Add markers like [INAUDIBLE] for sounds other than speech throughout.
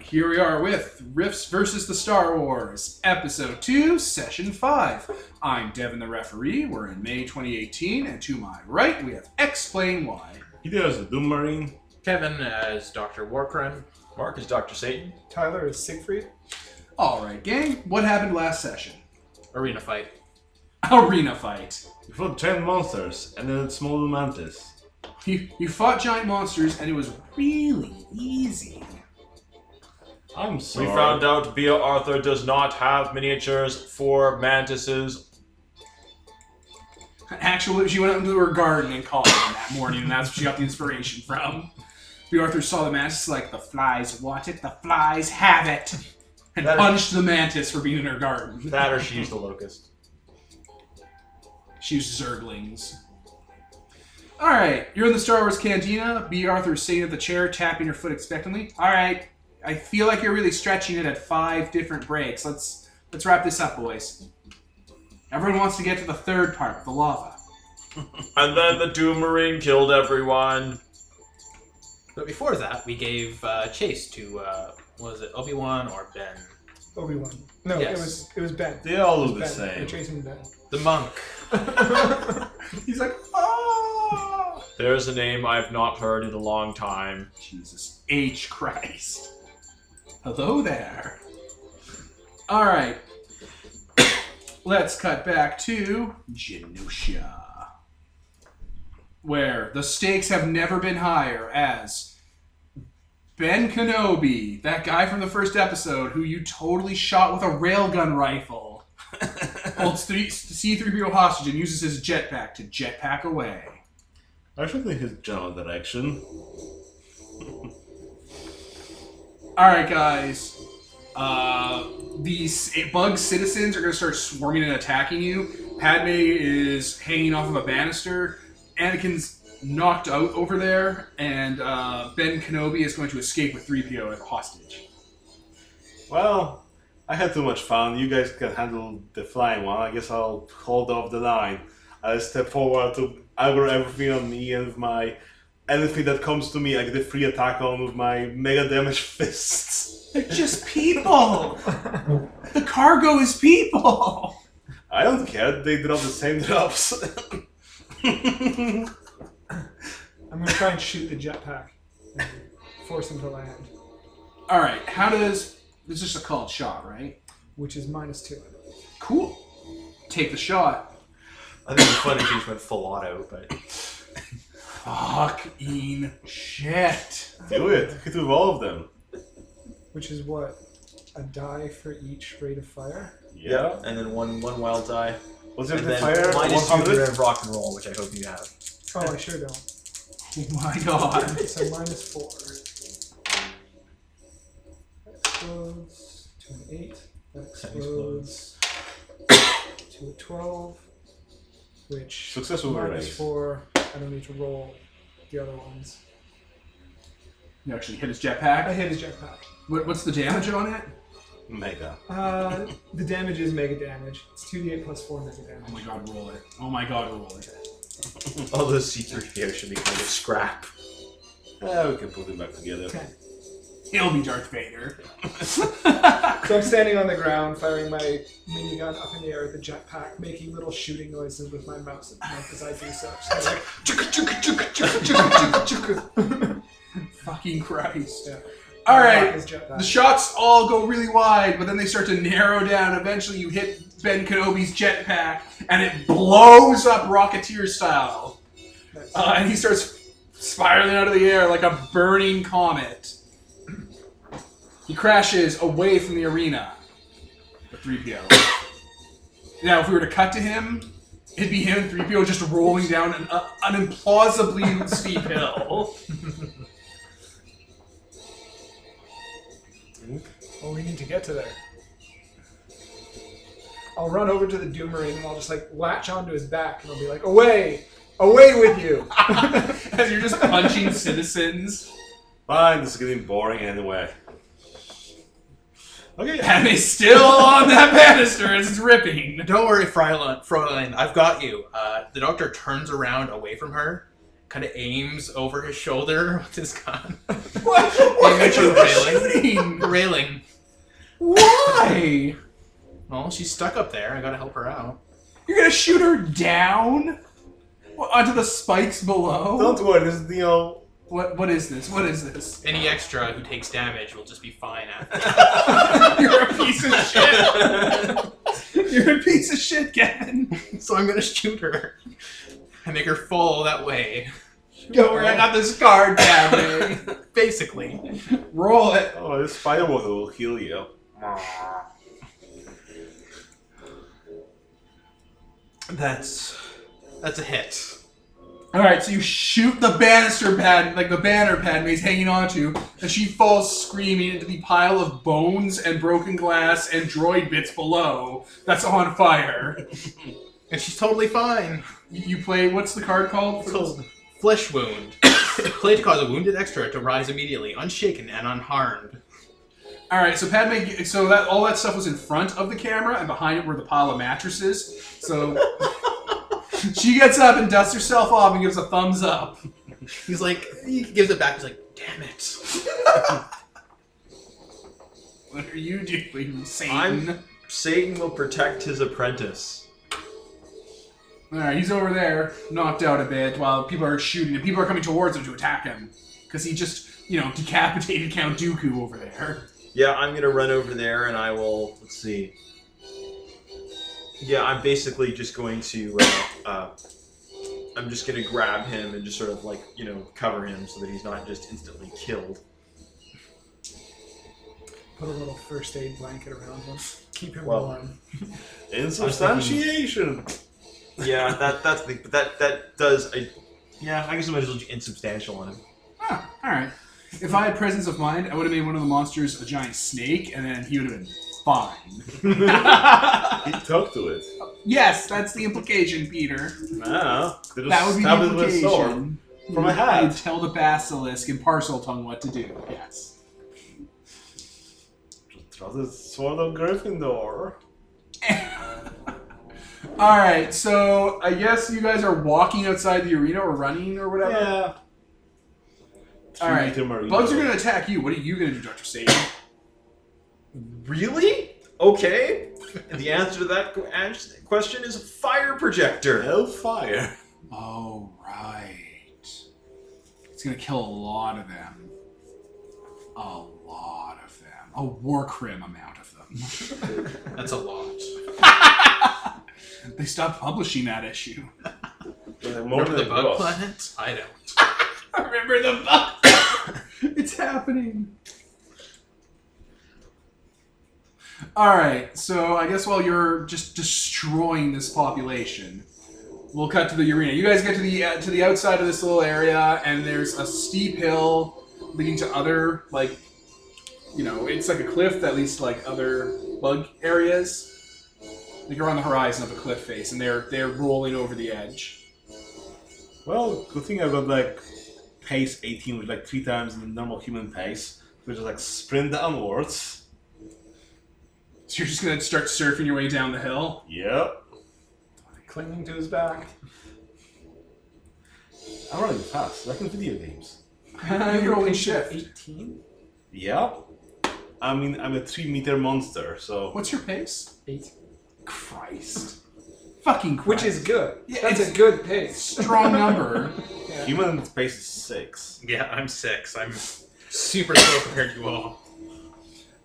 Here we are with Riffs versus the Star Wars, Episode 2, Session 5. I'm Devin the referee. We're in May 2018, and to my right, we have Explain Why. He did as a Doom Marine. Kevin as Dr. Warcren. Mark is Dr. Satan. Tyler is Siegfried. All right, gang, what happened last session? Arena fight. Arena fight. You fought giant monsters and then a small mantis. You, you fought giant monsters, and it was really easy. I'm We sorry. found out Bea Arthur does not have miniatures for mantises. Actually, she went out into her garden and called them that morning, and that's where she got the inspiration from. The Arthur saw the mantis like, the flies want it, the flies have it, and That is- punched the mantis for being in her garden. That or she used [LAUGHS] the locust. She used zerglings. Alright, you're in the Star Wars cantina. B. Arthur is sitting at the chair, tapping her foot expectantly. Alright, I feel like you're really stretching it at five different breaks. Let's let's wrap this up, boys. Everyone wants to get to the third part, the lava. And then the Doom Marine killed everyone. But before that, we gave uh, chase to, uh, was it Obi Wan or Ben? Obi Wan. No, Yes. it was it was Ben. They all It look the was ben. We're same. chasing Ben. The monk. [LAUGHS] He's like, oh There's a name I've not heard in a long time. Jesus H. Christ. Hello there. All right. [COUGHS] Let's cut back to Genosha, where the stakes have never been higher as Ben Kenobi, that guy from the first episode who you totally shot with a railgun rifle, holds three, C3PO hostage and uses his jetpack to jetpack away. I should think his general direction. All right, guys. Uh, these bug citizens are gonna start swarming and attacking you. Padme is hanging off of a banister. Anakin's knocked out over there, and uh, Ben Kenobi is going to escape with 3PO as hostage. Well, I had too much fun. You guys can handle the flying one. I guess I'll hold off the line. I step forward to aggro everything on me and with my anything that comes to me. I get a free attack on with my mega damage [LAUGHS] fists. They're just people. the cargo is people. I don't care. They drop the same [LAUGHS] drops. I'm gonna try and shoot the jetpack. and Force him to land, All right, how does this is just a called shot, right? which is minus two. Cool. Take the shot. I think it's funny if went full auto, but. Fucking shit. Do it. Hit with all of them. Which is what? A die for each rate of fire? Yeah. And then one one wild die. Was it And the then fire? minus two 100? rate of rock and roll, which I hope you have. Oh, I sure don't. Oh my god. So minus four. That explodes to an eight. That explodes to a twelve. Which Successful minus raise. four. I don't need to roll the other ones. You actually hit his I jetpack. hit his jetpack. What, what's the damage on it? Mega. Uh, the damage is mega damage. It's 2d8 plus 4 mega Oh my damage. god, roll it. Oh my god, roll it. All those C3PO should be kind of scrap. Yeah, we can put them back together. 10. He'll be Darth Vader. [LAUGHS] So I'm standing on the ground, firing my minigun up in the air with the jetpack, making little shooting noises with my mouse at the moment as I do so. So it's like, chugga, chugga, chugga, chugga, chugga, chugga, chugga. Fucking Christ. Yeah. All Rock right. his jetpack. The shots all go really wide, but then they start to narrow down. Eventually, you hit Ben Kenobi's jetpack, and it blows up Rocketeer style. Nice. Uh, and he starts spiraling out of the air like a burning comet. He crashes away from the arena. The 3PO. now, if we were to cut to him, it'd be him, 3PO, just rolling down an, uh, an implausibly steep hill. Oh, we need to get to there. I'll run over to the Doomerine and I'll just like latch onto his back and I'll be like, away! Away with you! As you're just punching citizens. Fine, this is getting boring anyway. Okay. And he's still on that banister as it's ripping. Don't worry, Fräulein. Fräulein, I've got you. Uh, the doctor turns around away from her kind of aims over his shoulder [LAUGHS] with his gun. What? What Image are of you railing. shooting? The railing. Why? Well, she's stuck up there. I gotta help her out. You're gonna shoot her down What, onto the spikes below. Don't worry, this is, you know. What? What is this? What is this? [LAUGHS] Any extra who takes damage will just be fine after. You're a piece of shit. You're a piece of shit, Gavin. [LAUGHS] so I'm gonna shoot her. I make her fall that way. Don't worry, I got this card, Gavin. [LAUGHS] Basically. Roll it. [LAUGHS] Oh, this spider water will heal you. That's that's a hit. All right, so you shoot the banister pad, like the banner pad he's hanging onto, and she falls screaming into the pile of bones and broken glass and droid bits below. That's on fire. And she's totally fine. You you play. What's the card called? It's called flesh wound. [COUGHS] Play to cause a wounded extra to rise immediately, unshaken and unharmed. All right, so Padme. So that all that stuff was in front of the camera, and behind it were the pile of mattresses. So she gets up and dusts herself off and gives a thumbs up. He's like he gives it back, he's like, damn it. What are you doing, Satan? I'm- Satan will protect his apprentice. All right, he's over there, knocked out a bit, while people are shooting, and people are coming towards him to attack him because he just, you know, decapitated Count Dooku over there. Yeah, I'm gonna run over there and I will. Let's see. Yeah, I'm basically just going to. Uh, uh, I'm just gonna grab him and just sort of like you know cover him so that he's not just instantly killed. Put a little first aid blanket around him. Keep him Well, warm. Insubstantiation. Yeah, that that's the but that that does. I, yeah, I guess I might as well do insubstantial on him. Huh, Ah, all right. If I had presence of mind, I would have made one of the monsters a giant snake, and then he would have been fine. He talked to it. yes, that's the implication, Peter. Nah, they just That would be stabbed the it with a sword. implication. From a hat. You tell the basilisk in parcel tongue what to do. Yes. Throw the sword on Gryffindor. All right, so I guess you guys are walking outside the arena or running or whatever. Yeah. All right. Meet him or- Bugs are going to attack you. What are you going to do, Dr. Satan? Really? Okay. the answer to that qu- ans- question is a fire projector. Hellfire. Oh, right. It's going to kill a lot of them. A lot of them. A war crim amount of them. [LAUGHS] That's a lot. they stopped publishing that issue. Remember the bug planet? I don't. [LAUGHS] I remember the bug. [COUGHS] it's happening. All right, so I guess while you're just destroying this population, we'll cut to the arena. You guys get to the uh, to the outside of this little area, and there's a steep hill leading to other like, you know, it's like a cliff that leads to like other bug areas. Like you're on the horizon of a cliff face, and they're they're rolling over the edge. Well, good thing I got like pace 18, which is like three times the normal human pace, which is like sprint downwards. So you're just gonna start surfing your way down the hill. Yep. Clinging to his back. I'm running fast, like in video games. You're rolling Clinging to shift. 18? Yep. I mean, I'm a three meter monster, so What's your pace? Eight. Christ. Fucking Christ. Which is good. Yeah, That's it's- a good pace. [LAUGHS] strong number. Yeah. human pace is six. Yeah, I'm six. I'm super slow compared to you all.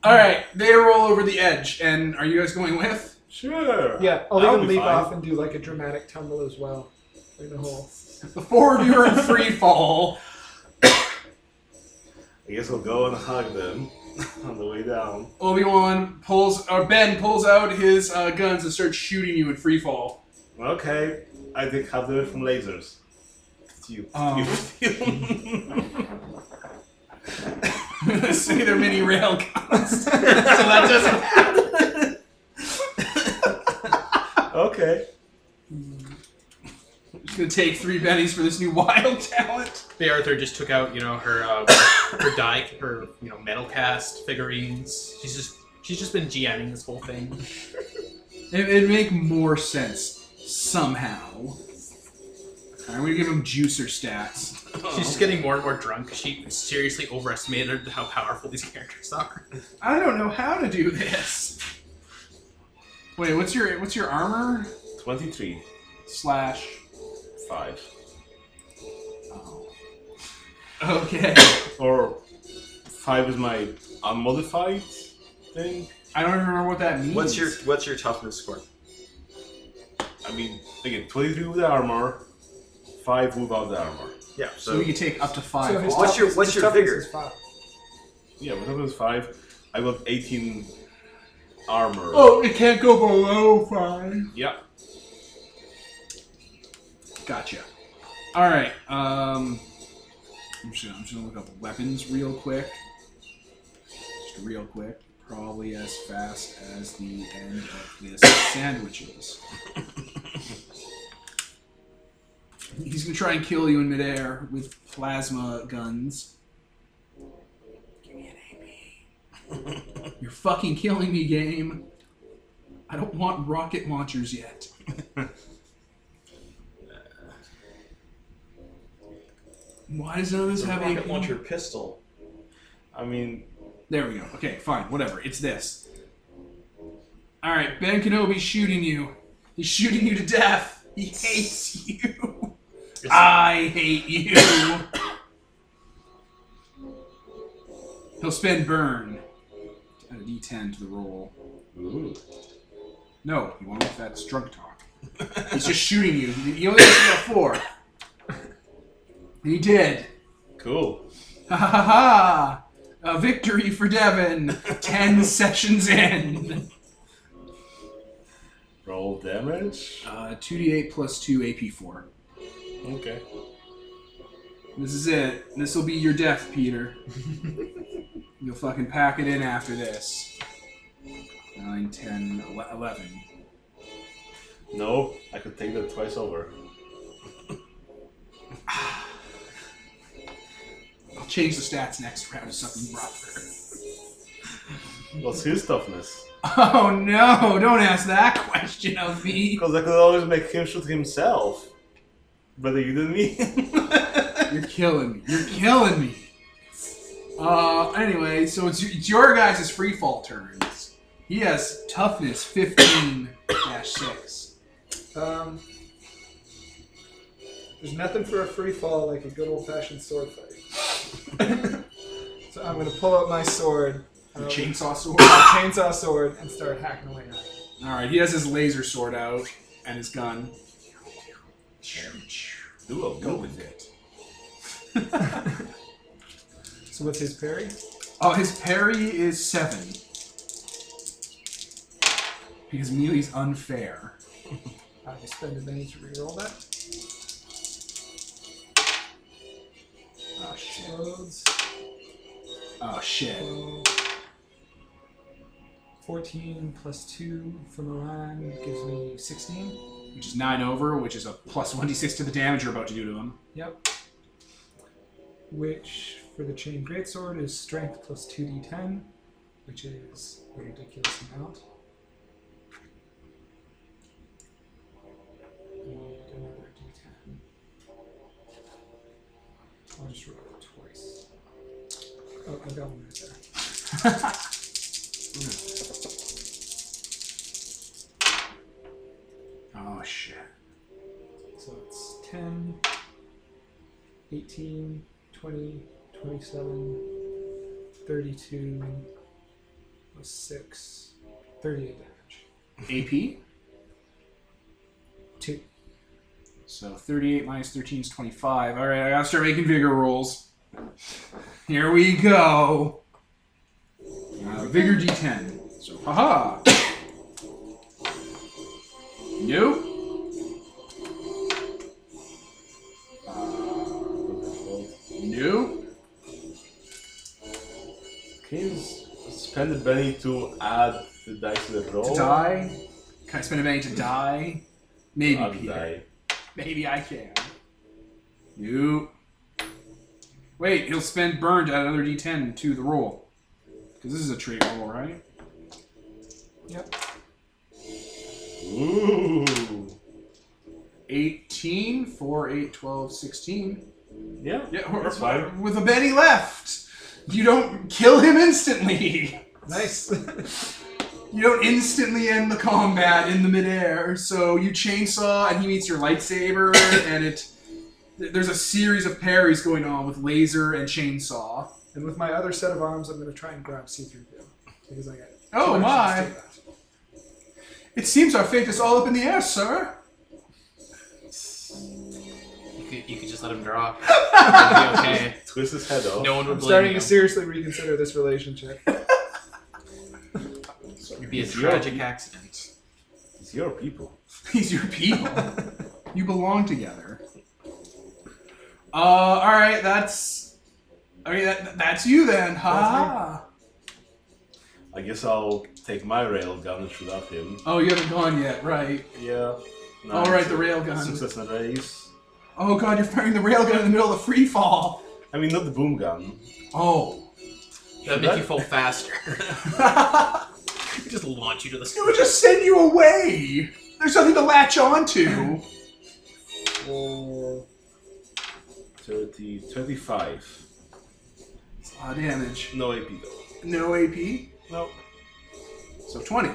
All right, they roll over the edge, and are you guys going with? Sure. Yeah, I'll That'll even be leap fine. off and do like a dramatic tumble as well. In the hole. The four of you are in [LAUGHS] free fall. I guess I'll go and hug them [LAUGHS] on the way down. Obi Wan pulls, or Ben pulls out his uh, guns and starts shooting you in free fall. [LAUGHS] Okay, I did have them from lasers. You, [LAUGHS] Um. you- [LAUGHS] See, they're mini rail guns. so that doesn't happen. okay. It's gonna take three bennies for this new [LAUGHS] wild talent. Bay Arthur just took out, you know, her uh, [COUGHS] her die, her you know, metal cast figurines. She's just she's just been GMing this whole thing. It, it'd make more sense somehow. I'm gonna give him juicer stats. She's just getting more and more drunk. She seriously overestimated how powerful these [LAUGHS] characters are. I don't know how to do this. Wait, what's your what's your armor 23. slash? 5. Oh. Okay. Or 5 is my unmodified thing. I don't even remember what that means. What's your What's your toughness score? I mean, again, 23 with the armor, 5 without the armor. Yeah. So So we can take up to five. So his What's your- toughness- what's his your toughness vigor? is five. Yeah, whatever is 5, I got 18 armor. oh, it can't go below five. Yeah. Gotcha. All right. Um, I'm just, gonna, I'm just gonna look up weapons real quick. Just real quick. Probably as fast as the end of this sandwiches. He's gonna try and kill you in midair with plasma guns. Give me an AP. You're fucking killing me, game. I don't want rocket launchers yet. [LAUGHS] Why does none of this have AP? pistol. I mean, There we go. Okay, fine, whatever. It's this. All right, Ben Kenobi's shooting you. He's shooting you to death. He hates you. I hate you. He'll spend burn. Add a d10 to the roll. ooh. No, you won't. That's drunk talk. He's just shooting you. You only have to get a four. And he did. Cool. Ha ha ha ha! A victory for Devon! Ten sessions in! Roll damage. Uh, 2d8 plus 2 AP4. Okay. This is it. This will be your death, Peter. You'll fucking pack it in after this. 9, 10, ele- 11. No, I could take that twice over. I'll change the stats next round to something rougher. [LAUGHS] What's his toughness? Oh no, don't ask that question of me! Because I could always make him shoot himself. Better you than me. [LAUGHS] You're killing me. You're killing me! Uh, anyway, so it's, it's your guys' free fall turns. He has toughness 15 6. Um, there's nothing for a free fall like a good old fashioned sword fight. [LAUGHS] so I'm gonna pull out my sword, The um, chainsaw sword. my chainsaw sword, and start hacking away at it. Alright, he has his laser sword out and his gun. Do a go with it. So what's his parry? Oh, his parry is 7. Because melee's unfair. I just spend a minute to reroll that. Oh shit. Loads. Oh shit. 14 plus 2 from Orion gives me 16. Which is 9 over, which is a plus 1d6 to the damage you're about to do to him. Yep. Which for the chain greatsword is strength plus 2d10, which is a ridiculous amount. And another d10. I'll just roll it twice. Oh, I got one right there. Oh shit. So it's 10, 18, 20, 27, 32, plus 6, 38 damage. AP? 2. So 38 minus 13 is 25. Alright, I gotta start making vigor rolls. Here we go. Uh, vigor d10. So, haha. Nope. Nope. Can you s- spend the penny to add the dice to the roll? To die? Can I spend a penny to die? Maybe, Add Peter. die. Maybe I can. Nope. Wait, he'll spend burn to add another d10 to the roll. Because this is a trait roll, right? Yep. Ooh. 18 4, 8, 12, 16. Yeah. Yeah, or, That's fine. with a Benny left. You don't kill him instantly. Nice. [LAUGHS] You don't instantly end the combat in the midair. So you chainsaw and he meets your lightsaber and it th- there's a series of parries going on with laser and chainsaw. and with my other set of arms, I'm going to try and grab C3PO because I got. Oh, two my. actions to do that. It seems our fate is all up in the air, sir. [LAUGHS] You could, you could just let him [LAUGHS] drop. It'd be okay. Twist his head off. No one would I'm blame starting you. to seriously reconsider this [LAUGHS] relationship. It'd be a It's your- tragic accident. It's your people. [LAUGHS] He's your people. you belong together. Uh, all right, that's. I mean, that, that's you then, ha! I guess I'll take my railgun and shoot at him. Oh, you haven't gone yet, right? Yeah. All right, the railgun. Success in a race. Oh god, you're firing the railgun in the middle of the free fall. I mean, not the boom gun. Oh. [LAUGHS] That'd that- make you fall [LAUGHS] faster. [LAUGHS] it just launch you to the [LAUGHS] would just send you away. There's nothing to latch onto. Well, 30, 35. It's a lot of damage. No AP though. No AP. No. So 20.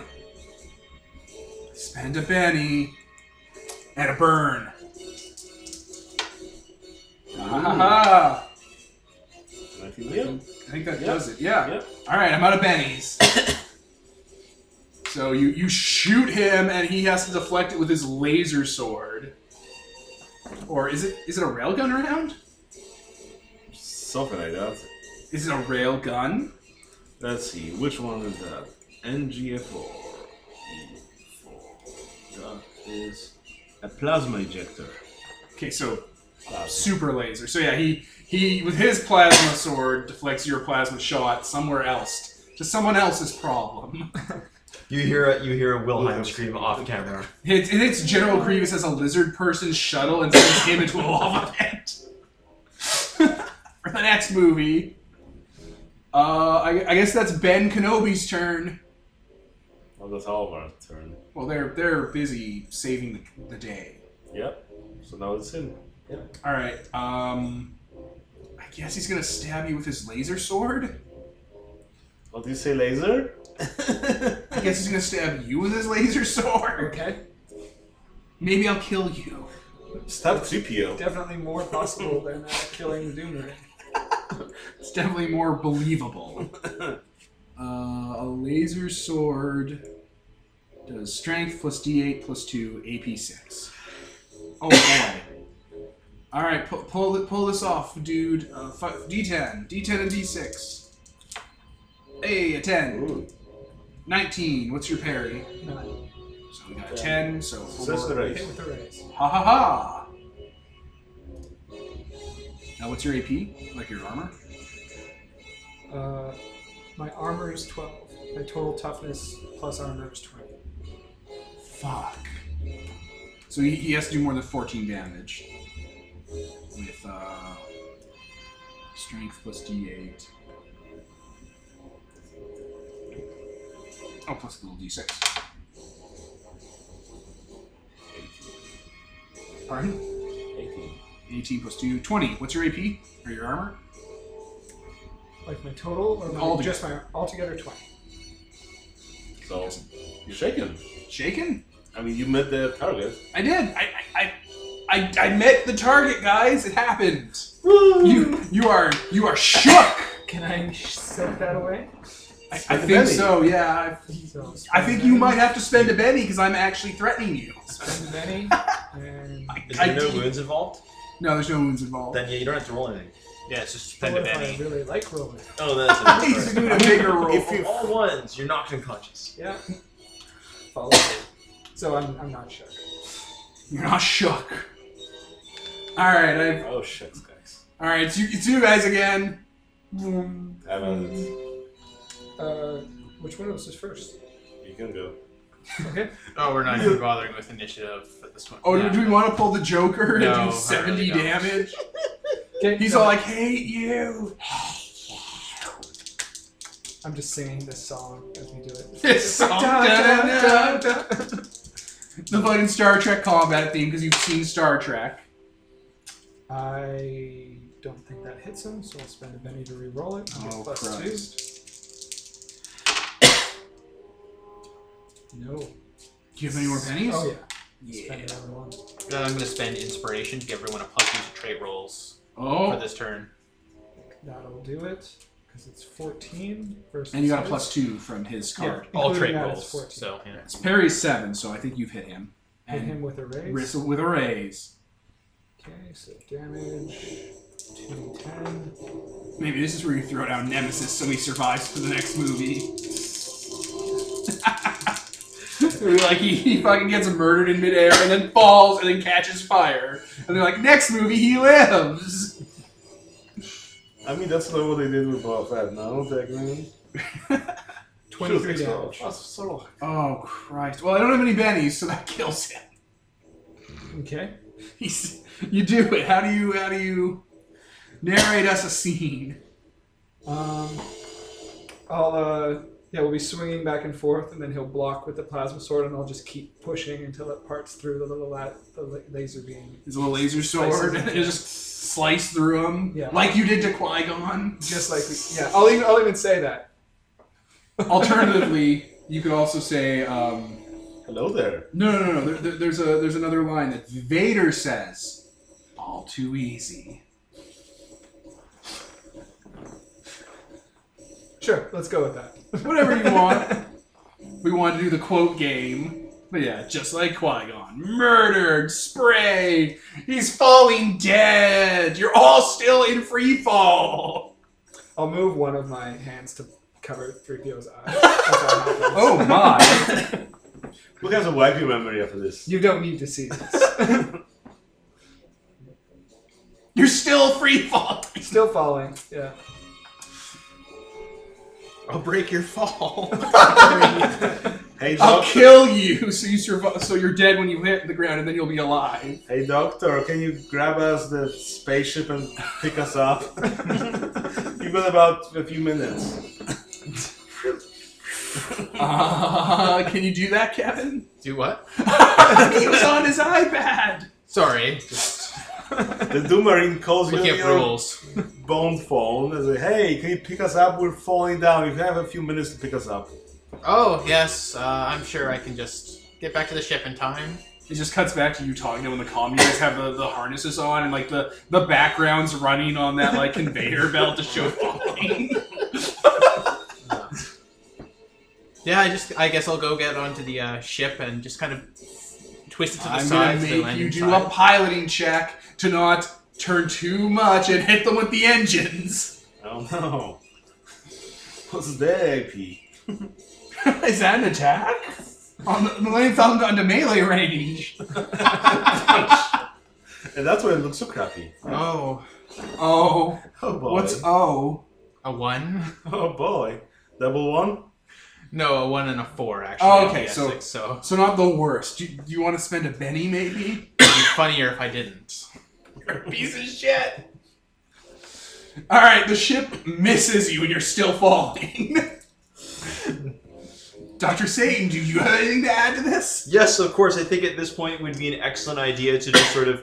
Spend a penny and a burn. Ha ha ha. I think yeah. I think that Yeah. does it. Yeah. Yeah. All right, I'm out of bennies. so you you shoot him, and he has to deflect it with his laser sword. Or is it is it a railgun round? Something like that. Is it a railgun? Let's see, which one is that? NGF4. E That is a plasma ejector. Okay, so super laser. So yeah, he he with his plasma sword deflects your plasma shot somewhere else to someone else's problem. [LAUGHS] You hear a, you hear a Wilhelm scream off camera. It, and it's General Grievous as a lizard person shuttle and sends him into a lava pit. [LAUGHS] For the next movie, uh, I, I guess that's Ben Kenobi's turn. Well, that's all of our turn. Well, they're they're busy saving the, the day. Yep. So now it's him. All right. Um, I guess he's gonna stab you with his laser sword. What do you say, laser? I guess he's gonna stab you with his laser sword. okay. Maybe I'll kill you. Stab 3PO. Definitely more possible than uh, killing Doomer. It's definitely more believable. uh, a laser sword does strength plus d8 plus 2 AP6. Oh boy. All right, pu- pull it, pull this off, dude. Uh, fi- D10, D10 and D6. Hey, a 10, Ooh, 19. What's your parry? None. So we got a 10, so success the four. Hit race. with the raise. Ha ha ha! Now, what's your AP? Like your armor? Uh, my armor is 12. My total toughness plus armor is 20. Fuck. So he, he has to do more than 14 damage. With uh, strength plus d8. Oh, plus a little d6. Pardon? 18. 18 plus 2, 20. What's your AP? Or your armor? Like my total or my, All just my altogether 20. So, you're shaken. Shaken? I mean, you met the target. I did. I, I, I, I, I met the target, guys. It happened. You, you are, you are shook. Can I set that away? I, I Spend a think penny. so. Yeah. I, So, I think you might have to spend a penny because I'm actually threatening you. Spend many. And I, Is I there no did- wounds involved? no, there's no wounds involved. Then yeah, you don't have to roll anything. Yeah, it's just what spend a if I penny. really like rolling? Oh, [LAUGHS] He's that's doing a bigger roll. If you all ones, you're knocked unconscious. Yeah. Follow it. So I'm, I'm not sure. You're not shook. All right, I, Oh, shucks, guys. all right, it's you, it's you guys again. Um, I'm on it. uh, which one of us is first? You can go. Okay. Oh, we're not even bothering with initiative for this one. Oh, Yeah. do we want to pull the Joker No, I and do really 70 don't. [LAUGHS] damage? okay. He's no, all like, "Hate you." I'm just singing this song as we do it. This [LAUGHS] song, da-da-da-da. da, da. the fucking Star Trek combat theme because you've seen Star Trek. I don't think that hits him, so I'll spend a penny to re-roll it. He gets Oh, plus Christ. two. No. Do you have any more pennies? Oh yeah. Yeah. Spend another one. Then I'm gonna spend inspiration to give everyone a plus each trait rolls for Oh, this turn. That'll do it. Because it's 14 versus. and you got a his. plus two from his card. Yeah. All Including trait that, rolls. it's 14. So yeah. It's Parry's seven, so I think you've hit him. Hit And him with a raise. Riz- with a raise. Okay, so damage. 210. Maybe this is where you throw down Nemesis so he survives for the next movie. [LAUGHS] They're like he, he fucking gets murdered in midair and then falls and then catches fire. And they're like, next movie he lives. I mean, that's not what they did with Boba Fett, no? Technically. 23 Shoot, damage. that's so- Oh Christ. Well I don't have any bennies, so that kills him. [LAUGHS] Okay. He's, you do it. How do you how do you narrate us a scene? Um, I'll, uh, yeah, we'll be swinging back and forth, and then he'll block with the plasma sword, and I'll just keep pushing until it parts through the little la- the la- laser beam. His little laser sword [LAUGHS] Slices him. and you just slice through him. Yeah. Like you did to Qui-Gon. Just like, we, yeah, I'll even, I'll even say that. Alternatively, you could also say, um, Hello there. no, no, no, no. There, there- there's a there's another line that Vader says, "All too easy." Sure, let's go with that. [LAUGHS] Whatever you [LAUGHS] want. we want to do the quote game, but yeah, just like Qui Gon, murdered, sprayed, he's falling dead. You're all still in free fall. I'll move one of my hands to cover 3PO's eyes. if that happens. [LAUGHS] Oh my! Who has a wipey memory after this? You don't need to see this. [LAUGHS] You're still free [LAUGHS] fall. Still falling, yeah. I'll break your fall. Hey, I'll doc- kill you so you survive. So you're dead when you hit the ground, and then you'll be [LAUGHS] alive. hey, doctor, can you grab us the spaceship and pick us up? [LAUGHS] You've got about a few minutes. Uh, can you do that, Kevin? [LAUGHS] Do what? he was on his iPad. Sorry, just The Doomerine calls you looking on at your rules. bone phone and says, Hey, can you pick us up? We're falling down. You have a few minutes to pick us up. Oh yes, uh, I'm sure I can just get back to the ship in time. It just cuts back to you talking to when the communists have the, the harnesses on and like the, the background's running on that like [LAUGHS] conveyor belt to show falling. Yeah, I just I guess I'll go get onto the uh, ship and just kind of twist it to the I'm side. gonna so they make land you do inside. a piloting check to not turn too much and hit them with the engines. Oh no. [LAUGHS] What's that, AP? [LAUGHS] Is that an attack? On the, the lane found under melee [LAUGHS] range. And that's why it looks so crappy. Oh, Oh, Oh boy. what's oh? a one? [LAUGHS] Oh boy. Double one? [LAUGHS] No, a one and a four actually. Oh, on okay, the so- Essex, so So not the worst. Do, do you want to spend a penny maybe? it'd be funnier if I didn't. piece of shit. All right, the ship misses you and you're still falling. [LAUGHS] Dr. Satan, do you have anything to add to this? yes, of course. I think at this point it would be an excellent idea to just sort of,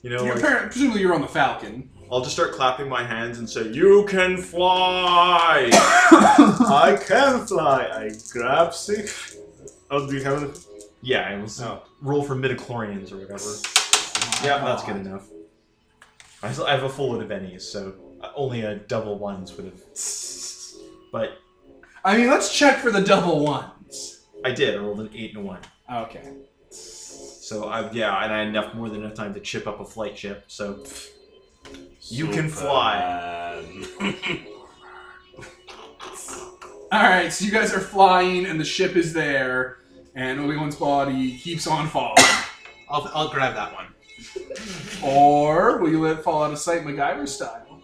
you know, You're like, apparent- presumably you're on the Falcon. I'll just start clapping my hands and say, "You can fly." I can fly. I grab six. Oh, do you have it? yeah, I was Oh. No. roll for midichlorians or whatever. Yeah, that's good enough. I still- I have a full load of Ennies, so uh, only a double ones would have. But I mean, let's check for the double ones. I did. I rolled an eight and a one. Okay. So I yeah, and I had enough more than enough time to chip up a flight ship. So You can fly. All right, so you guys are flying and the ship is there, and Obi Wan's body keeps on falling. [COUGHS] I'll, I'll grab that one. or will you let it fall out of sight, MacGyver style?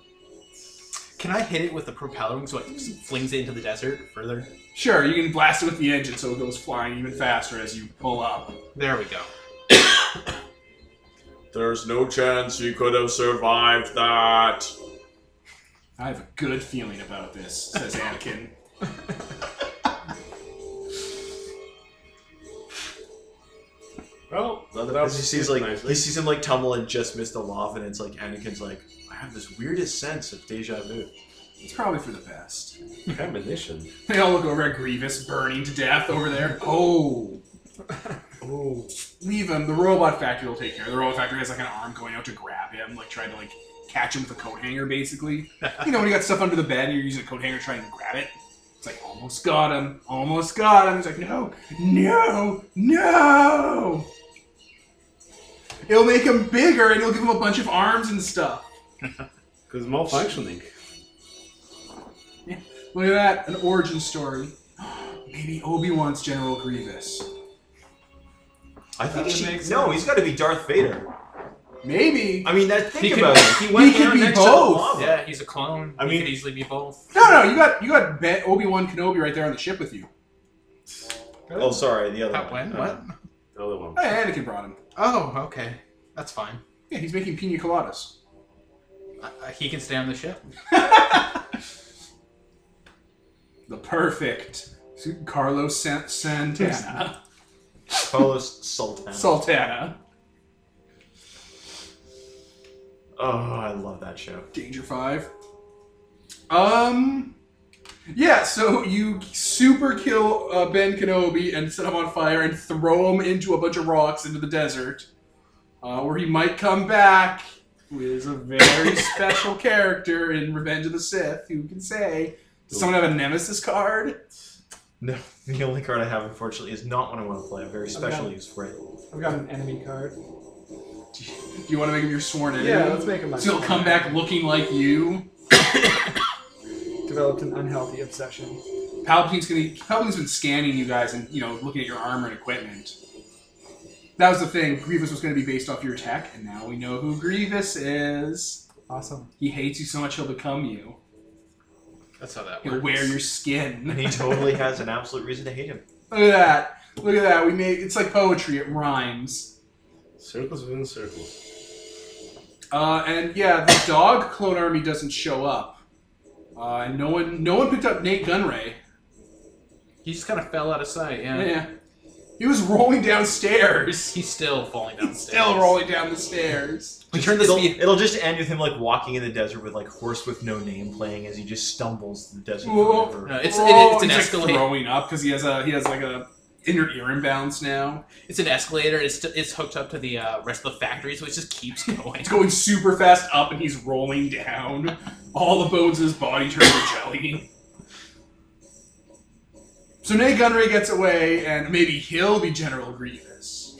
Can I hit it with the propeller wing so it flings it into the desert further? Sure, you can blast it with the engine so it goes flying even faster as you pull up. There we go. there's no chance you could have survived that. I have a good feeling about this, says Anakin. Well, that As wraps he sees it like nicely. he sees him like tumble and just miss the loft, and it's like Anakin's like, I have this weirdest sense of deja vu. It's probably for the best. [LAUGHS] premonition. They all look over at Grievous burning to death over there. Oh. Oh, Leave him. The robot factory will take care of it. The robot factory has like an arm going out to grab him, like trying to like catch him with a coat hanger basically. you know when you got stuff under the bed and you're using a coat hanger trying to grab it? It's like almost got him. Almost got him. He's like, no, no, no. It'll make him bigger and it'll give him a bunch of arms and stuff. because malfunctioning. Look at that, an origin story. Maybe Obi Wan's General Grievous. I think That she, makes no, sense. he's got to be Darth Vader. Maybe. I mean, that think He about could- it. He went he could down be next to the both. lava. Yeah, he's a clone. I He mean- could easily be both. No, no, you got you got Be- Obi Wan Kenobi right there on the ship with you. Oh, sorry, the other How- one. when? Uh, What? The other one. Hey, Anakin brought him. Oh, okay. That's fine. Yeah, he's making pina coladas. Uh, uh, he can stay on the ship. The perfect Carlos San- [LAUGHS] Santana. Carlos Sultan. Sultana. oh, I love that show. Danger Five. Um. Yeah, so you super kill uh, Ben Kenobi and set him on fire and throw him into a bunch of rocks into the desert, uh, where he might come back with a very special character in Revenge of the Sith who can say, "Does someone have a nemesis card?" No, the only card I have, unfortunately, is not one I want to play. A very special Okay. use for it. I've got an enemy card. Do you want to make him your sworn enemy? Yeah, let's make him. my So he'll come back looking like you. Developed an unhealthy obsession. Palpatine's gonna Palpatine's been scanning you guys and you know looking at your armor and equipment. That was the thing. Grievous was gonna be based off your attack, and now we know who Grievous is. Awesome. He hates you so much he'll become you. That's how that works. He'll wear your And skin. he totally has an absolute reason to hate him. [LAUGHS] Look at that. Look at that. We made it's like poetry. It rhymes. Circles within circles. Uh, and yeah, the dog clone army doesn't show up. Uh, and no one no one picked up Nate Gunray. He just kind of fell out of sight. Yeah. Yeah. He was rolling downstairs. He's still falling He's downstairs. still rolling down the stairs. We Just- turned this. it'll, Be- it'll just end with him like walking in the desert with like horse with no name playing as he just stumbles to the desert Whoa. forever. no, it's Oh, it, it's an he's like escalator. throwing up because he has a he has like a inner ear imbalance now. It's an escalator. It's st- it's hooked up to the uh, rest of the factory, so it just keeps [LAUGHS] going. It's going super fast up and he's rolling down. All the bones in his body turn to jelly. So Nate Gunray gets away, and maybe he'll be General Grievous.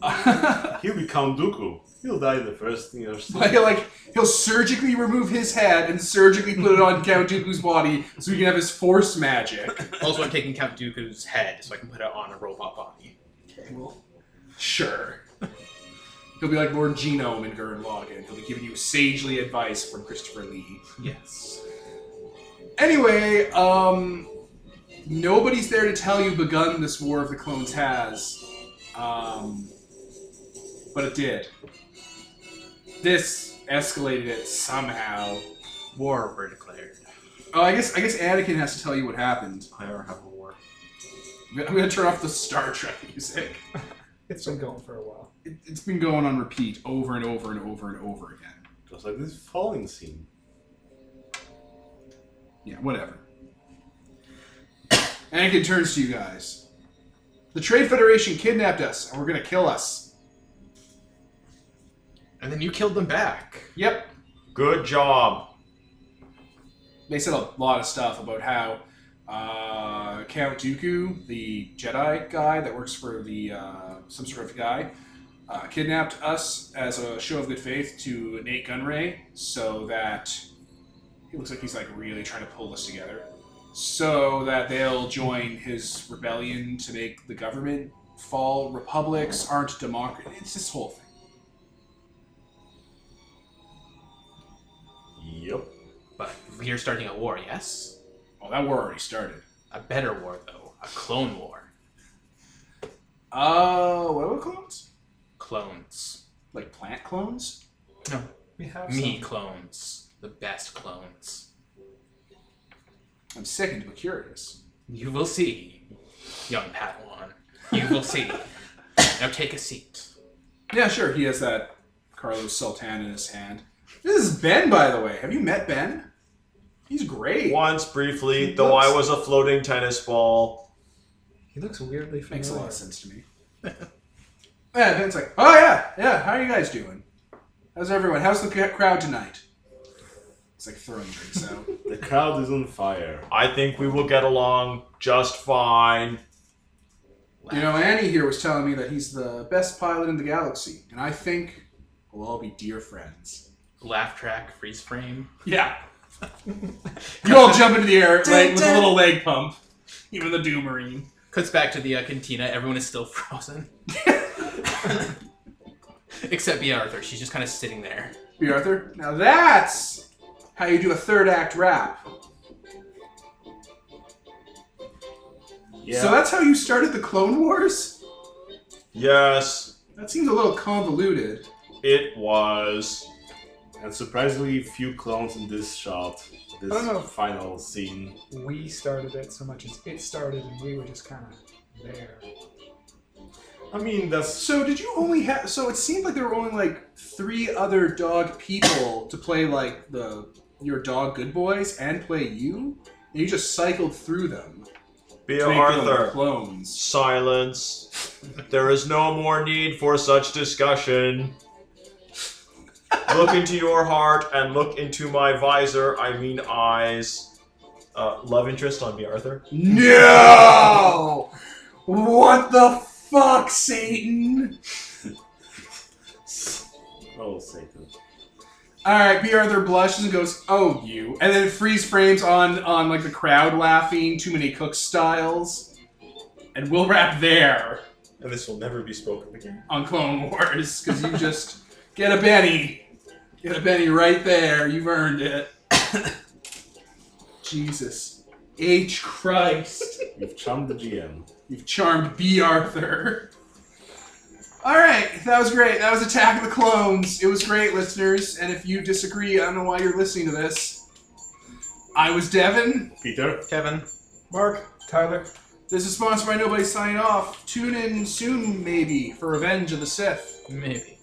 [LAUGHS] like, He'll be Count Dooku. He'll die in the first thing [LAUGHS] or something. like he'll surgically remove his head and surgically put it on Count Dooku's body so he can have his force magic. also, I'm taking Count Dooku's head so I can put it on a robot body. Well, sure. He'll be like Lord Genome in Gurren Lagann. He'll be giving you sagely advice from Christopher Lee. Yes. Anyway, um, nobody's there to tell you begun this War of the Clones has, um, but it did. This escalated it somehow. War were declared. Oh, I guess I guess Anakin has to tell you what happened. I don't have a war. I'm gonna turn off the Star Trek [LAUGHS] music. It's been going for a while. It, it's been going on repeat over and over and over and over again. Just like this falling scene. Yeah, whatever. Anakin turns to you guys. The Trade Federation kidnapped us, and we're gonna kill us. And then you killed them back. Yep. Good job. They said a lot of stuff about how uh, Count Dooku, the Jedi guy that works for the uh, some sort of guy, uh, kidnapped us as a show of good faith to Nate Gunray, so that it looks like he's like really trying to pull this together, so that they'll join his rebellion to make the government fall. Republics aren't democracy. It's this whole thing. Yep. But you're starting a war, yes? Well, Oh, that war already started. A better war, though. A clone war. Uh, what about clones? Clones. Like plant clones? We have Me some. clones. The best clones. I'm sickened but curious. You will see, young Padawan. You will see. Now take a seat. Yeah, sure. He has that Carlos Sultan in his hand. This is Ben, by the way. Have you met Ben? He's great. Once briefly, though I was a floating tennis ball. He looks weirdly familiar. Makes a lot of sense to me. [LAUGHS] yeah, Ben's like, oh yeah, yeah. How are you guys doing? How's everyone? How's the c- crowd tonight? It's like throwing drinks out. The crowd is on fire. I think we will get along just fine. you know, Annie here was telling me that he's the best pilot in the galaxy, and I think we'll all be dear friends. Laugh track, freeze frame. Yeah. [LAUGHS] you all jump into the air like, with a little leg pump. Even the Doom Marine. Cuts back to the uh, cantina. Everyone is still [LAUGHS] frozen. Except Bea Arthur. She's just kind of sitting there. B. Arthur. Now that's how you do a third act rap. Yeah. So that's how you started the Clone Wars? Yes, That seems a little convoluted. it was. and surprisingly few clones in this shot. This don't know. final scene. We started it so much as it started, and we were just kind of there. I mean, that's So did you only have? So it seemed like there were only like three other dog people to play like the your dog good boys and play you. And you just cycled through them. Bea to make them Arthur, clones. silence. There is no more need for such discussion. Look into your heart and look into my visor, I mean eyes. Uh, love interest on Bea Arthur? No! What the fuck, Satan? oh Satan. All right, B. Arthur blushes and goes, "Oh, you!" And then freeze frames on on like the crowd laughing, too many cook styles, and we'll wrap there And this will never be spoken again. on Clone Wars because you just [LAUGHS] get a Benny, get a Benny right there. You've earned it. [COUGHS] Jesus H Christ, You've charmed the GM. you've charmed B. Arthur. All right, that was great. That was Attack of the Clones. It was great, listeners. And if you disagree, I don't know why you're listening to this. I was Devin. Peter? Kevin. Mark, Tyler, This is sponsored by Nobody Sign Off. Tune in soon, maybe, for Revenge of the Sith. Maybe.